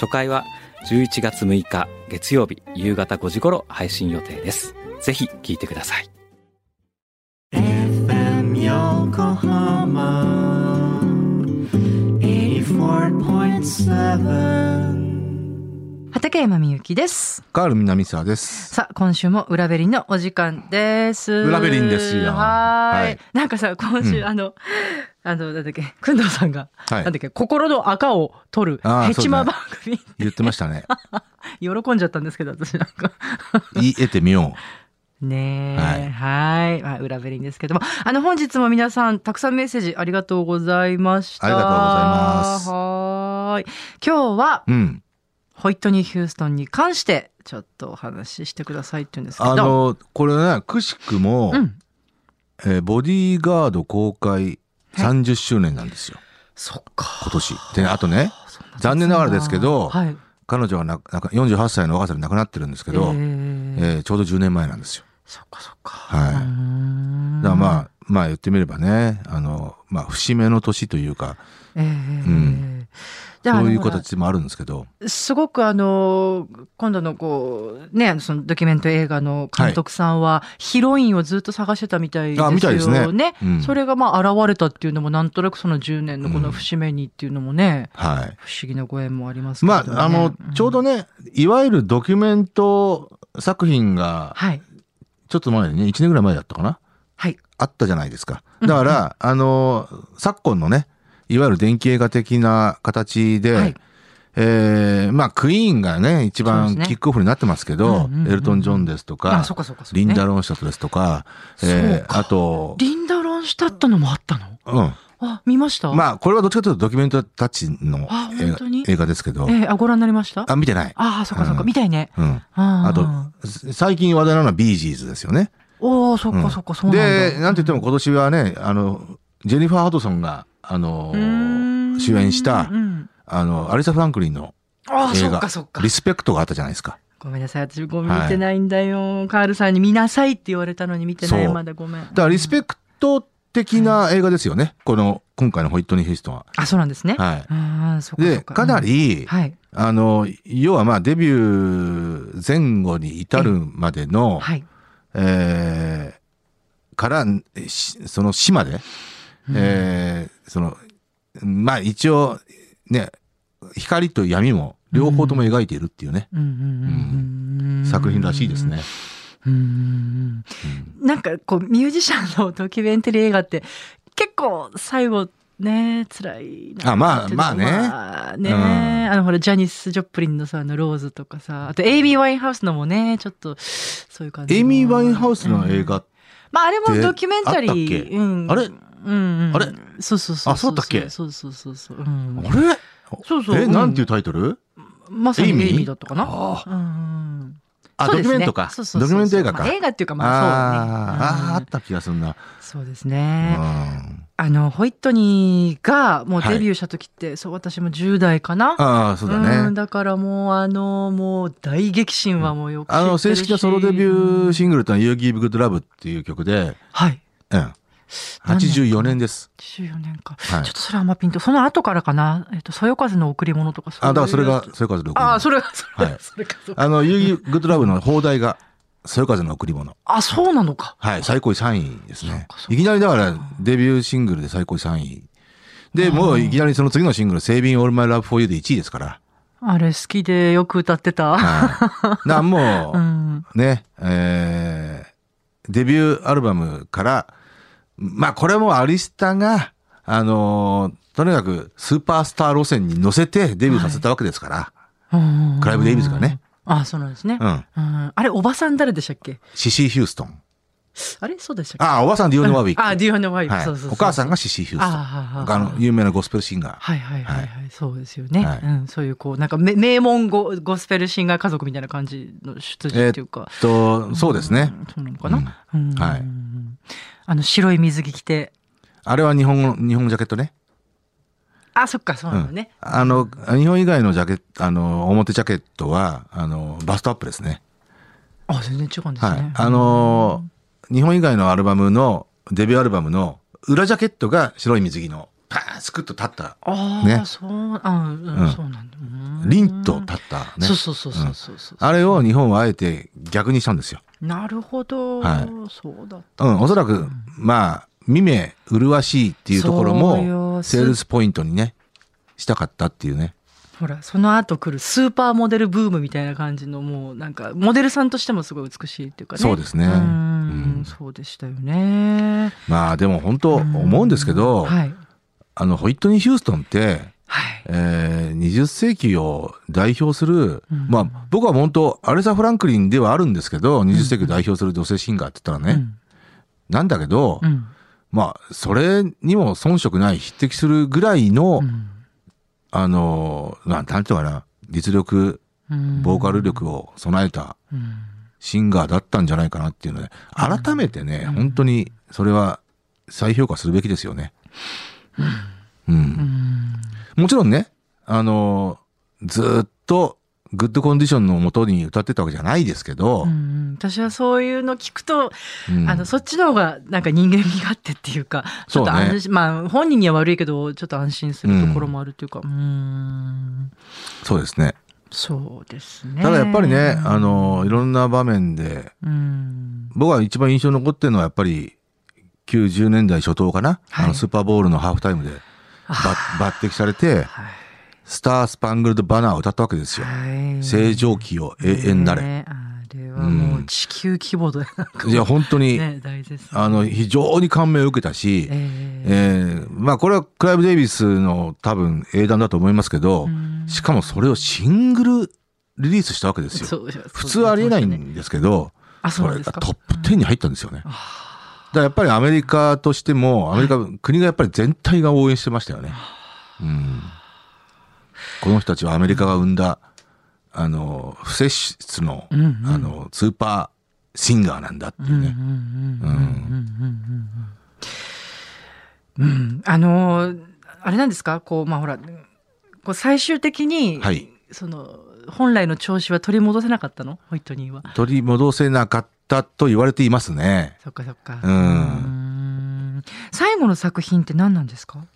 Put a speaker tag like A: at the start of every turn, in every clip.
A: 初回は11月6日月曜日夕方5時頃配信予定ですぜひ聞いてください
B: FM Yokohama 84.7
C: 畠山みゆきです。
D: カール南沢です。
C: さあ、今週も裏ベリンのお時間です。
D: 裏ベリンですよ
C: はーい,、
D: はい
C: なんかさ、今週、
D: うん
C: あの、あの、なんだっけ、くんどうさんが、
D: はい
C: なんだっけ、心の赤を取る
D: あー
C: ヘチマ
D: そ
C: 番
D: う
C: 組、
D: 言ってましたね。
C: 喜んじゃったんですけど、私なんか。
D: 言い得てみよ
C: ね
D: は
C: え、
D: い
C: はい、まあ、裏べりんですけども、あの、本日も皆さん、たくさんメッセージありがとうございました。
D: ありがとうございます
C: はーい。今日は、
D: う。うん。
C: ホイットニー・ヒューストンに関して、ちょっとお話ししてくださいって言うんですけど。
D: あの、これね、くしくも、
C: うん。
D: えーボディーガード公開30周年なんですよ。
C: そっか。
D: 今年。で、あとね、
C: そん経つんだ
D: 残念ながらですけど
C: はい。
D: 彼女はななんか48歳の若さで亡くなってるんですけ
C: え
D: ど、え
C: ー
D: ーちょうど10年前なんですよ。
C: そっかそっか。
D: はい。だからまあ、まあ言ってみればね、あの、まあ節目の年というか、
C: あ、えー
D: ん
C: じゃあ、
D: そうい
C: あの
D: う
C: ほら
D: 形もあるんですけど、
C: すごくあの、今度のこう、ね、あのそのドキュメント映画の監督さんは、ヒロインをずっと探してたみたいですよね。
D: あみたいですねうん
C: それがまあ現れたっていうのも、なんとなくその10年のこの節目にっていうのもね、
D: はい。
C: 不思議なご縁もありますけれ
D: ま
C: どもね、
D: あ、あの、ちょうど
C: ね、
D: ね、いわゆるドキュメント作品が、
C: はい。
D: ちょっと前にね、1年ぐらい前だったかな。
C: はい。
D: あったじゃないですか。だから、あの、昨今のね、いわゆる電気映画的な形で、
C: はい
D: えーまあ、クイーンがね、一
C: そう
D: 番
C: ですね
D: キックオフになってますけど、
C: うんうんうんうん
D: エルトン・ジョンですとか、
C: あ、そっかそっかそっか、
D: リンダ・ロンシャトですとか、
C: そう
D: えー
C: か
D: あと、
C: リンダロンシュタットのもあったの
D: うん。
C: あ、見ました
D: まあ、これはどっちかというとドキュメントたちの
C: あ
D: 映
C: 本
D: 画
C: 当に
D: 映画ですけど、
C: ええあ、ご覧になりました
D: あ、見てない。
C: ああ、そっかそっか、
D: うん
C: みたいね。
D: うん。
C: あ
D: あと、最近話題なのはビージーズですよね。
C: おお、そっ
D: う
C: か
D: ん
C: そっか、そうなんだ。
D: で、なんと言っても今年はね、あの、ジェニファー・ハドソンが、あの
C: う、ーん
D: 主演した
C: う、ん
D: あの、アリサ・フランクリンの
C: ああ、
D: 映
C: そっ
D: 画
C: かそっか
D: リ。スペクトがあったじゃないですか。
C: ごめんなさい、私ごめん見てないんだよ、カールさんに見なさいって言われたのに見てない、
D: そう
C: まだごめん。
D: だからリスペクト的な映画ですよね。この、今回のホイットニー・ヒューストンは。
C: あ、そうなんですね。
D: は
C: ああ、そっか
D: い。
C: そ
D: で、
C: っか。
D: かなり
C: うん、はい。
D: あの、要はまあデビュー前後に至るまでの、
C: はい。
D: えーから、しその島で、えーその、まあ一応、ね、光と闇も両方とも描いているっていうね、
C: うんうんうんうん
D: 作品らしいですね。
C: うんうんうん。なんかこう、ミュージシャンのドキュメンタリー映画って、結構最後、ね辛いな
D: あま
C: っ
D: あ
C: ていうの
D: まあね
C: まあね、
D: うん
C: あのほらジャニス・ジョプリンのさあのローズとかさあとエイミー・ワインハウスのもねちょっとそういう感じ
D: エイミー・ワインハウスの映
C: うん
D: 画、
C: まああれもドキュメンタリ
D: あったっ
C: ー
D: け
C: うん、
D: あれ
C: うんうん、
D: あれ
C: そうそうそう
D: あそうだっけ
C: そうそうそうそう、うん、
D: あれ
C: そうそう
D: え、
C: うん
D: なんていうタイトル
C: まさにエイ
D: エイミー
C: ミーだったかな
D: あ
C: うんうん
D: あ、
C: そうで
D: ドキ
C: すね
D: ュメントか。
C: そうそうそう
D: ドキュメント映画
C: まあ
D: か。
C: 映画っていうかまあそうね、
D: あーあー、あ
C: うん
D: った気がするな。
C: そうです
D: う
C: ね、
D: ん
C: あのホイットニーがもう
D: はい
C: デビューした時って、そう私も10代かな
D: ああ、そうだ
C: ん
D: ね。
C: だからもうあのもう大激震はもうよく知って
D: あ
C: るし
D: の、正式なソロデビューシングルというのは You Give Good Love っていう曲で、
C: はい
D: うん。84年です。
C: 14年か、
D: はい
C: ちょっとそれはあんまピンとその後からかなえっとそよ風の贈り物とかそうい
D: あ、
C: う
D: だからそれが、それからの
C: ああそれがそれ,、
D: はい
C: それかそうか
D: あの、ユーギグッドラブの放題が、そよ風の贈り物。
C: あそうなのか
D: はい、最高位3位ですね
C: そっかそっ。か
D: いきなりだから、デビューシングルで最高位3位。で、もういきなりその次のシングル、セービン・オール・マイ・ラブ・フォー・ユーで1位ですから。
C: あれ好きでよく歌ってた、
D: はい。な、も
C: うん
D: う、ね、えー、デビューアルバムから、まあ、これもアリスタが、あのーとにかくスーパースター路線に乗せてデビューさせたわけですから、
C: うん
D: クライブ・デイビスがね、
C: あそうなんですね、
D: うん、
C: うんあれおばさん誰でしたっけ
D: シシー・ヒューストン。
C: あれそうでしたっ
D: ああ、おばさんディオン・ワービック。
C: ああ、ディオンのワイプ、
D: はい
C: そうそうそう
D: お母さんがシシー・ヒューストン
C: ああ
D: あの、有名なゴスペルシンガー。
C: はいはいはいはい、そうですよね、
D: はい
C: うん、そういうこうなんかめ名門ゴゴスペルシンガー家族みたいな感じの出自っていうか、
D: と、そうですね。
C: うんそうなのかな、うん
D: はい
C: あの白い水着着て
D: あれは日本の、日本のジャケットね。
C: あそっかそう
D: う
C: なの
D: ん
C: ね、。
D: あの、日本以外のジャケット、あの、表ジャケットは、あの、バストアップですね。
C: あ全然違うんですね、
D: はい。あのー、日本以外のアルバムの、デビューアルバムの、裏ジャケットが白い水着の、パーンスクッと立った、
C: ああ、
D: ね
C: そうあ、うん
D: うん
C: そうなんだうん
D: 凛と立ったね
C: そう。そうそうそうそうそう、
D: あれを日本はあえて逆にしたんですよ。
C: なるほど、
D: はい
C: そうだっ
D: うん、おそらく、まあ、未明、麗しいっていうところ
C: そうよ
D: も、セールスポイントにね、したかったっていうね。
C: たほらその後来るスーパーモデルブームみたいな感じのもうなんかモデルさんとしてもすごい美しいっていうかね
D: そうですね
C: うん
D: うん
C: そうでしたよね
D: まあ、でも本当、思うんですけど、
C: はい
D: あの、ホイットニー・ヒューストンって、
C: はい
D: えー、20世紀を代表する、
C: うん
D: まあ、僕は本当、アレサ・フランクリンではあるんですけど、20世紀を代表する女性シンガーって言ったらね、なんだけど、
C: うんうん
D: まあ、それにも遜色ない匹敵するぐらいの、
C: うん
D: あの、なんなんていうのかな、実力、
C: うん
D: ボーカル力を備えた
C: うん
D: シンガーだったんじゃないかなっていうので、改めてね、本当にそれは再評価するべきですよね。うん。もちろんね、あのー、ずーっとグッドコンディションのもとに歌ってたわけじゃないですけど
C: う、ん私はそういうの聞くと、
D: うん
C: あのそっちの方がなんか人間味があってっていうかちょっと
D: そうね
C: 安心、まあ本人には悪いけどちょっと安心するところもあるというかうーん
D: そうですね。
C: そうですね
D: ただやっぱりね、あのー、いろんな場面で、
C: うん
D: 僕は一番印象に残ってるのはやっぱり、90年代初頭かな、
C: はい
D: あのスーパーボールのハーフタイムでば抜擢されて、
C: はい
D: スター・スパングルド・バナーを歌ったわけですよ。
C: はい
D: 正常期を永遠なれ。
C: ねあれはもう地球規模でなんか
D: いや、本当に、
C: ね大絶賛
D: あの、非常に感銘を受けたし、え
C: え
D: ーまあ、これはクライブ・デイビスの多分英断だと思いますけど、しかもそれをシングルリリースしたわけです
C: ー
D: よ。
C: そうそう
D: 普通ありえない
C: ね
D: んですけど、
C: あそう
D: そ
C: なん
D: れ
C: です
D: が
C: か
D: トップ10に入ったんですよね。だからやっぱりアメリカとしても、アメリカ、国がやっぱり全体が応援してましたよね。うん。この人たちはアメリカが生んだ、あの、不摂出の、
C: んうん
D: あの、スーパーシンガーなんだっていうね。
C: うんあのーあれなんですかこうまあほらこう最終的に、
D: はい
C: その本来の調子は取り戻せなかったのホイットニーは。
D: 取り戻せなかったと言われていますね。
C: そっかそっか。
D: う
C: うー
D: ん。
C: ん最後の作品って何なんですか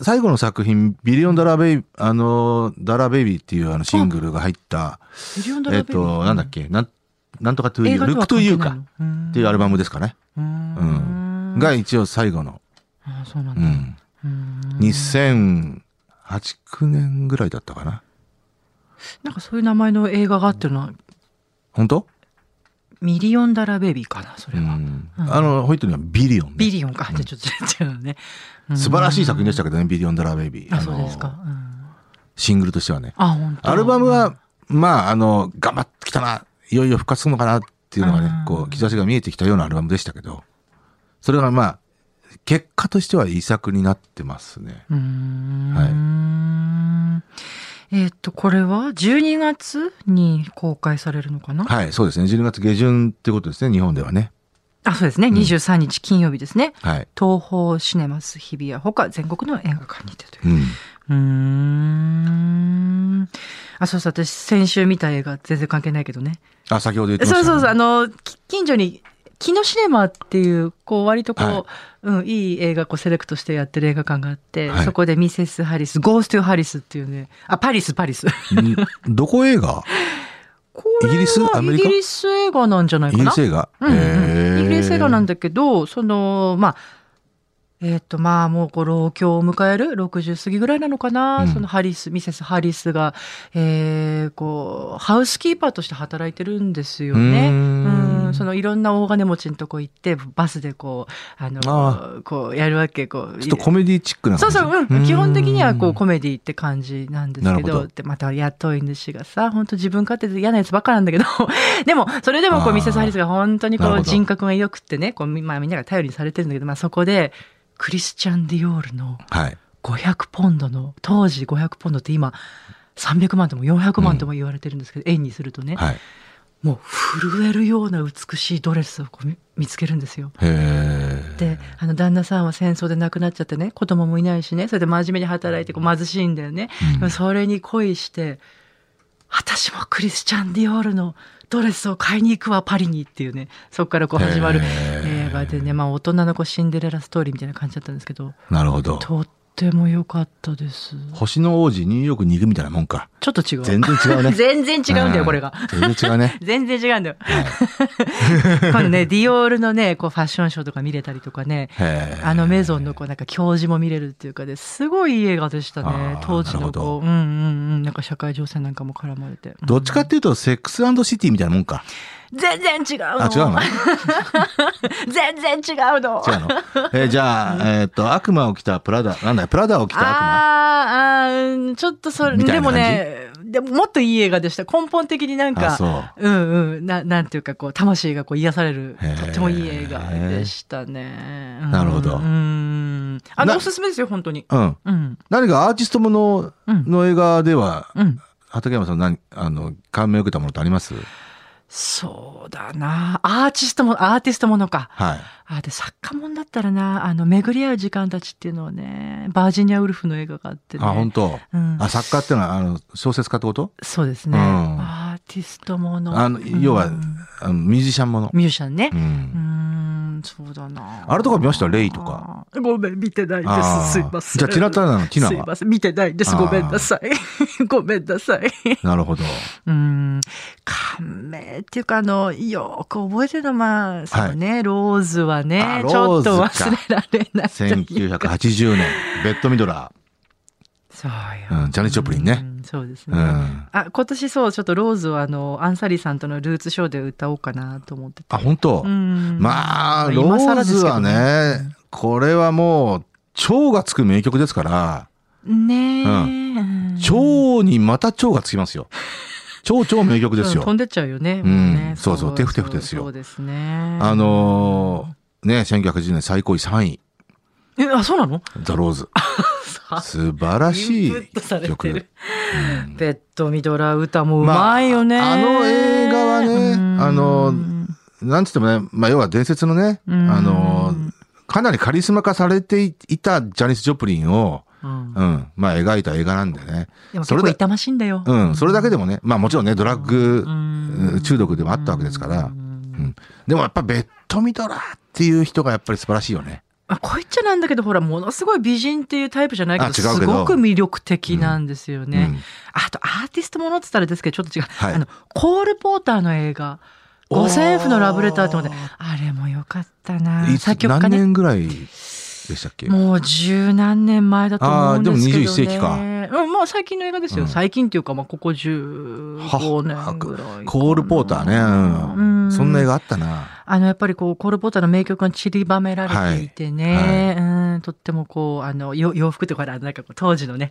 D: 最後の作品、ビリオンダラーベイビー、あの、ダラーベイビーっていうあのシングルが入った、
C: ミリオンドラベ
D: えっ
C: ビー
D: と、なんだっけ、なん、なんとかトゥー
C: 映
D: ユー、
C: 画とは関
D: ルックと
C: 係
D: い
C: ないうの
D: かっていうアルバムですかね。
C: うーん
D: が一応最後の。
C: あそうなん
D: う
C: だ。
D: ん。2008年ぐらいだったかな。
C: なんかそういう名前の映画があってるのは
D: 本当
C: ミリオンダラベビーかなそれ
D: う
C: は。
D: ん。あの、ホイットにはビリオンね、
C: ビリオンか、じゃあちょっと違うね。うん
D: 素晴らしい作品でしたけどね、ビリオンダラーベイビー。
C: あ、
D: の
C: そうですか。うん
D: シングルとしてはね。
C: あ、本当。
D: アルバムは、まあ、あの、頑張ってきたな、いよいよ復活するのかなっていうのがね
C: うん、
D: こう、兆しが見えてきたようなアルバムでしたけど、それがまあ、結果としては遺作になってますね。
C: うーん。えーっと、これは12月に公開されるのかな
D: はい、そうですね。12月下旬ってことですね、日本ではね。
C: あ、そうですね。23日金曜日ですね。
D: はい。
C: 東宝シネマス日比谷ほか全国の映画館にてという
D: う。
C: う
D: ん。
C: ーん。あ、そうそう。私、先週見た映画全然関係ないけどね。
D: あ、先ほど言ってました、
C: そ
D: ね。
C: うそうそう、あの、き近所に、木のシネマっていう、こう、割とこう、
D: はい
C: うん、いい映画、こう、セレクトしてやってる映画館があって、
D: はい
C: そこでミセス・ハリス、ゴースト・ハリスっていうね、あ、パリス、パリス。
D: んど こ映画
C: これは
D: イギリスアメリカ
C: イギリス映画なんじゃない
D: イ
C: か
D: ギリ
C: な
D: ス。映画、
C: うんうん、
D: へー
C: イギリス映画なんだけど、その、まあ、えっ、と、まあ、もう、こう、老境を迎える60過ぎぐらいなのかな、
D: うん
C: そのハリス、ミセス・ハリスが、えーこう、ハウスキーパーとして働いてるんですよね。
D: うーん
C: ううん、そのいろんな大金持ちのとこ行ってバスでこうあの
D: あ
C: こうやるわけこう
D: ちょっとコメディチックな
C: そ
D: 感
C: う
D: じ
C: そう、うん、基本的にはこうコ
D: メ
C: メディって感じなんです
D: な
C: け
D: るほ
C: ど
D: ど
C: でまた雇い主がさ本当自分勝手で嫌なやつばっかなんだけど でもそれでもこ
D: あ
C: う
D: ー
C: ミセス・ハリスが本当にこ
D: なる
C: う
D: ほど
C: 人格が良くってねこう、みまあ、みんなが頼りにされてるんだけど、まあ、そこでクリスチャン・ディオールの
D: はい
C: 500ポンドの当時500ポンドって今300万とも400万とも言われてるんですけど、円にするとね、
D: はい
C: もう震えるような美しいドレスをこうみ見つけるんですよ。
D: へえ
C: であの旦那さんは戦争で亡くなっちゃってね子供もいないしねそれで真面目に働いてこう貧しいんだよね、でもそれに恋して私もクリスチャン・ディオールのドレスを買いに行くわパリにっていうねそこからこう始まる
D: へ
C: 映画でね、まあ、大人のこうシンデレラストーリーみたいな感じだったんですけど
D: なるほど
C: とっても良かったです
D: 星の王子ニューヨークに行くみたいなもんか
C: ちょっと違う
D: 全然違う ね
C: 全然違うんだよこれが
D: うん全然違うね
C: 全然違うんだよ今度ね ディオールのねこうファッションショーとか見れたりとかね
D: へ ー
C: あのメゾンのこうなんか教授も見れるっていうかですごいいい映画でしたね
D: あー
C: 当時のこううんうんうんなんか社会情勢なんかも絡まれて、うん
D: どっちかっていうとセックスシティみたいなもんか
C: 全然違うの
D: あ違うの
C: 全然違うの
D: 違うの えーじゃあえーっと悪魔を着たプラダなんだよプラダを着た悪魔
C: あーあーうんちょっとそれ
D: みた
C: で
D: いな
C: も
D: 感じ
C: ねでももっといい映画でした根本的になん
D: あ
C: か
D: そ
C: う
D: う
C: んうんななんていうかこう魂がこう癒される
D: へー
C: とってもいい映画でしたねうん
D: なるほど
C: うんあの
D: な
C: おすすめですよ本当に
D: うん
C: うん
D: 何かアーティストもの
C: うん
D: の映画では
C: うん
D: 畠山さん何あの感銘を受けたものってあります
C: そうだな。アーティストも、アーティストものか。
D: はい
C: あ、で、作家もんだったらな、あの、巡り合う時間たちっていうのをね、バージニア・ウルフの映画があってね。
D: あ本当
C: うん
D: あ作家ってのはあの小説家ってこと
C: そうですね。
D: うん
C: アーティストもの。
D: あの要は
C: うん
D: あのミュージシャンもの
C: ミュージシャンね
D: う。
C: うんん、そうだな。
D: あれとか見ましたレイとか。
C: ごめん、見てないで
D: あー
C: す。すいません。
D: じゃあティナタナのティナは
C: すいません、見てないです。ごめんなさ い。ごめんなさい。
D: なるほど
C: うん感銘っていうかあのよく覚えてるのはまあそのね、ローズは
D: あ
C: ね
D: ローズか
C: ちょっと忘れられないというか
D: 1980年ベッドミドラ
C: そう
D: ー、
C: よ、
D: うん、ジャニー・チョプリンね
C: うんそうです
D: う
C: ね、
D: ん
C: あ今年そうちょっとローズをあのアンサリーさんとのルーツショーで歌おうかなと思ってて
D: あ本当、
C: うん
D: まあロ
C: 今更
D: ー
C: です
D: ズ
C: け
D: は
C: ど
D: ねこれはもう蝶がつく名曲ですから
C: ねえ、うん
D: 蝶にまた蝶がつきますよ超超名曲です
C: うん
D: よ
C: 飛んでっちゃうよね,、
D: うん
C: ね
D: そうそうテフテフですよ
C: そうですね
D: あのーね1980年最高位3位
C: えあそうなの
D: ザ・ロ ーズ素晴らし
C: イ
D: い
C: ンプットされて
D: 曲
C: る、ベッドミドラー歌もうまいよね、
D: まああの映画はね
C: うん
D: あのなんつってもね、まあ、要は伝説のね、
C: うん
D: あのーかなりカリスマ化されていたジャニス・ジョプリンを、
C: うん
D: うん、まあ描いた映画なんでね。
C: でも結
D: それ
C: 構
D: だ
C: 痛ましいんだよ、
D: うん、それだけでもね、まあもちろんね、ドラッグ
C: うん
D: 中毒でもあったわけですから、うん、でもやっぱベッドミドラーっていう人がやっぱり素晴らしいよね。
C: まあ、こいっちゃなんだけどほらものすごい美人っていうタイプじゃないけど
D: あ違うけ
C: す
D: ど
C: ごく魅力的なんですよね、
D: うん
C: あとアーティストものって言ったらですけどちょっと違う、
D: はい
C: あのコール・ポーターの映画「五線譜のラブレター」って思って
D: おー
C: あれもよかったない
D: つ
C: 作曲家
D: 何
C: ね
D: 年ぐらいでしたっけ
C: もう十何年前だと思うんですけど、ね。
D: あーでも21世紀か
C: うん、もう最近の映画ですよ。
D: うん
C: 最近っていうか、まあ、ここ15年ぐらいかな。
D: コール・ポーターね、うんそんな映画あったな。
C: あの、やっぱりこう、コール・ポーターの名曲が散りばめられていてね、うん、とってもこう、あの、よ洋服とか、なんかこう、当時のね、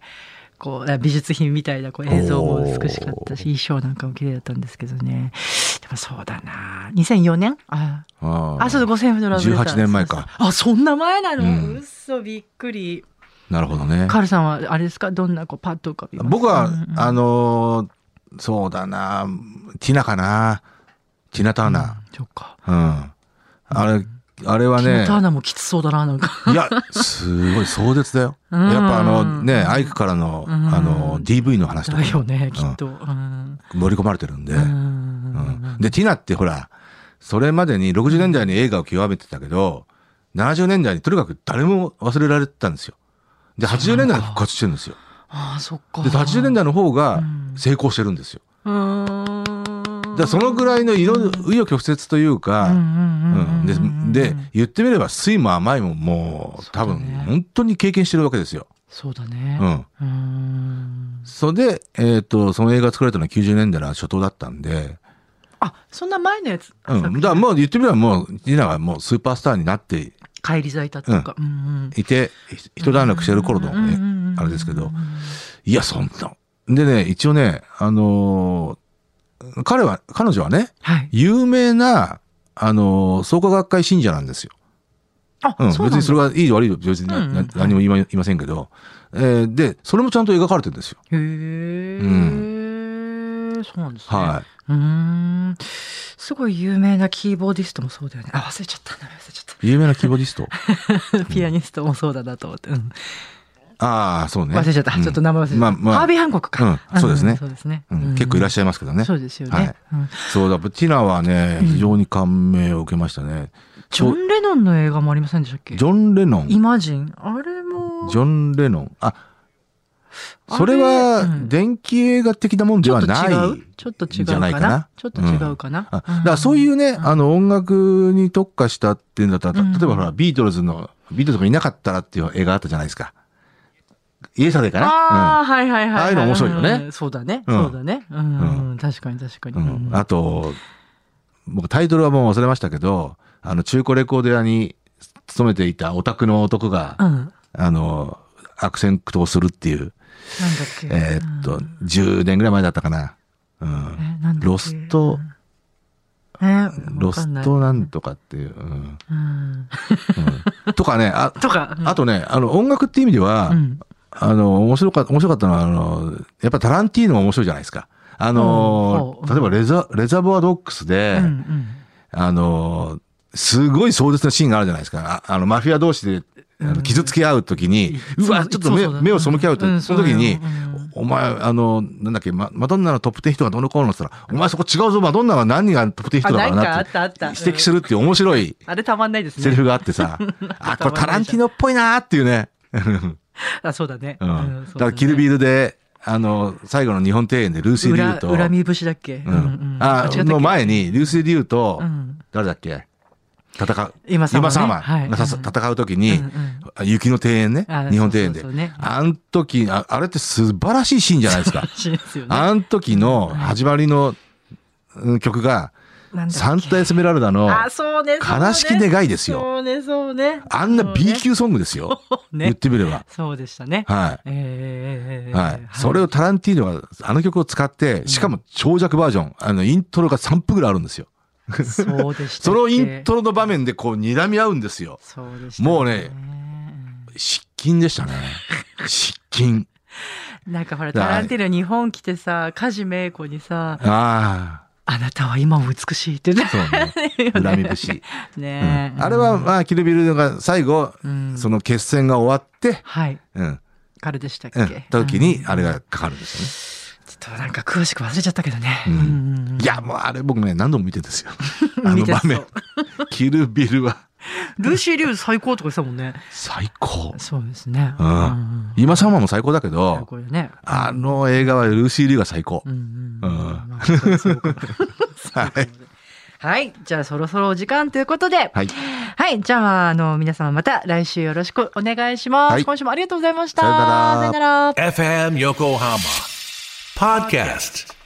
C: こう、美術品みたいなこう映像も美しかったし、
D: お
C: 衣装なんかも綺麗だったんですけどね。でもそうだな2004年あ、
D: あー
C: あ、そうそう、5000のラブレター
D: 18年前か。
C: あ、そんな前なの、
D: うん
C: 嘘、びっくり。
D: なるほどね。
C: カールさんはあれですかどんなこうパッと浮かびます
D: 僕は、
C: うんうん
D: あのーそうだな、ティナかな。ティナ・ターナ
C: そっか。
D: ー。うん。あれ、あれは
C: ティ
D: ね
C: ナタ、ーナもきつそうだな、なんか。
D: いや、すごい壮絶だよ。
C: う
D: や
C: ん
D: っぱあのね、アイクからの、
C: うん
D: あの、DV の話と
C: だよ
D: か
C: ね、きっと。うん。
D: 盛り込まれてるんで。
C: う
D: うん
C: ん
D: で、ティナってほら、それまでに60年代に映画を極めてたけど、70年代にとにかく誰も忘れられてたんですよ。で、80年代に復活してるんですよ。
C: ああ、そっか。
D: で、80年代の方が成功してるんですよ。
C: うん。
D: だからそのぐらいの色々紆余曲折という
C: うんう
D: か、
C: んうん
D: うんでで言ってみれば酸いも甘いももう多分
C: そうだね
D: 本当に経験してるわけですよ。
C: そうだね。う
D: うん、
C: ん。
D: それで、えっとその映画作られたのは90年代の初頭だったんで
C: あそんな前のやつ、
D: うん、
C: 作品
D: だからもう言ってみればもうジナがもうスーパースターになって
C: 帰り咲いたっていうか、うんうん
D: いてひ一段落してる頃の
C: うんうんうんうんうんう
D: ね
C: ん
D: あれですけどいやそんなでね一応ねあのー彼は彼女はね
C: はい
D: 有名なあのー創価学会信者なんですよ、
C: あ、
D: うん、別
C: そうなん
D: にそれ
C: が
D: がいい悪い別にな、
C: うんうん
D: な何も言いま言いませんけど、えーでそれもちゃんと描かれてるんですよ
C: へえ、そうなんですね、
D: は
C: うーんすごい有名なキーボーディストもそうだよねあ忘れちゃった名前忘れちゃった
D: い有名なキーボーディスト
C: ピアニストもそうだなと思って、うん
D: ああそうね
C: 忘れちゃった、
D: うん
C: ちょっと名前忘れちゃった、
D: まあまあ
C: ハービー・ハンコックか、
D: うんそうですね
C: そうですね、
D: うん結構いらっ
C: し
D: しゃいますけど
C: ゃ
D: ね
C: そうですよね、
D: はい
C: うん
D: そうだ、ティナはね、
C: うん
D: 非常に感銘を受けましたね。
C: ジョン・レノンの映画もありませんでしたっけ
D: ジョン・レノン。
C: イ
D: ジ
C: マジンあれも
D: ョン・レノン。あ、
C: あれ
D: それは
C: うん
D: 電気映画的なもんで
C: ちょ
D: は
C: っと
D: ない。
C: 違うちょっと違う
D: じゃ
C: か
D: ない
C: な
D: かな
C: ちょっと違うかな、
D: あだからそういうね、あの音楽に特化したっていうんだったら、
C: うん
D: 例えばほら、ビートルズの、ビートルズがいなかったらっていう映画あったじゃないですか。イエサデーか
C: ああ、
D: な。
C: はいはいはい、はい。
D: ああいうの面白いよね
C: うんそうだね。
D: うん
C: そうだね。うん。確かに確かに。
D: うんうんあと、僕タイトルはもう忘れましたけど、あの中古レコード屋に勤めていたオタクの男が、
C: うん。なんだっ
D: あの、悪戦苦闘するっていう。
C: け。
D: えーっと、10年ぐらい前だったかな。うん
C: え。なんだっけ
D: ロスト、
C: え
D: ロ
C: わかんない
D: ストなんとかっていう。うん
C: うん
D: うんとかね、あ
C: とか、うん
D: あとね、あの、音楽っていう意味では、
C: うん
D: あの、面白かった、面白かったのは、あの、やっぱタランティーノが面白いじゃないですか。あの
C: うん、そう
D: 例えばレザ、レザボアドックスで、
C: うんうん
D: あの、すごい壮絶なシーンがあるじゃないですか。ああの、マフィア同士で、あの傷つけ合うときに、
C: うん
D: うわ、
C: そう
D: ちょっと目
C: いつもそうだ
D: 目を背け合うと、
C: うん
D: その時に
C: そうだようん、
D: お前、あの、なんだっけ、ママドンナのトップ10人がどうのこうのって言ったら、お前そこ違うぞ、マドンナは何がトップ10人だから
C: あ
D: な
C: なんか
D: って、
C: あったあった
D: 指摘するっていう面白い
C: あれたまんないですね。
D: セリフがあっ てさ、あ、これタランティーノっぽいなーっていうね。うん
C: あ、そうだね。
D: う
C: うんん
D: だから、キルビールで、あの、最後の日本庭園でルーシー・リュウと、
C: 裏恨み節だっけ、
D: うん
C: 違
D: あ
C: ったっけ
D: の前に、ルーシー・リュウと、
C: うん
D: 誰だっけ戦う。
C: 今様ね
D: 今様
C: はい
D: がさ
C: うん
D: 戦う時に
C: うんうん、
D: あ雪の庭園ね
C: あ。
D: 日本庭園で。
C: そうそうそうね
D: あん時、ああれって素晴らしいシーンじゃないで すか。
C: そうですよね
D: あん時の始まりのうん曲が、
C: なんだっけ
D: サンタ・エスメラルダの、
C: あ、そうね。そうね
D: 悲しき願いですよ
C: そうね、そうね。
D: あんな
C: そうね
D: B 級ソングですよ。
C: そうね
D: 言ってみれば。
C: そうでしたね。
D: は
C: え
D: い。
C: ー
D: はい。それをタランティーノが、あの曲を使って、しかも長尺バージョン、あの、イントロが3分ぐらいあるんですよ。
C: そうでした
D: そ
C: っけ
D: のイントロの場面でこう、睨み合うんですよ。
C: そうでした
D: もうね失禁でしたね。失禁。
C: なんかほらタランティーノ日本来てさ梶芽子にさ
D: あ
C: 「あなたは今も美しい」ってね
D: あ。そうね。 恨み節。
C: ねえ、
D: あれは、まあ、キルビルが最後、
C: うん
D: その決戦が終わって、
C: はい
D: うん、
C: 彼でしたっけ、
D: うん、時
C: う
D: に
C: ん、
D: あれがかかるんです
C: ちょっとなんか詳しく忘れちゃったけどね、
D: ん
C: うんうんう
D: よ
C: ん
D: ね。いや、もうあれ僕ね、何度も見てんですよ。あ の
C: 見て
D: 場
C: そう
D: 面。キルビルは
C: ルーシー・リュウ最高とか言ってたもんね
D: 最高。
C: そうですね
D: う
C: うん
D: ん。今様も最高だけ
C: 最
D: ど、
C: 高よね
D: あの映画はルーシー・リューが最高。
C: うん
D: う
C: うんんまあそうそう か
D: はい。
C: はいじゃあそろそろお時間ということで
D: はい。
C: はい。じゃあ、あの、皆様また来週よろしくお願いします。
D: はい
C: 今週もありがとうございました。
D: さよなら
C: さよなら。
E: FM Yokohama Podcast.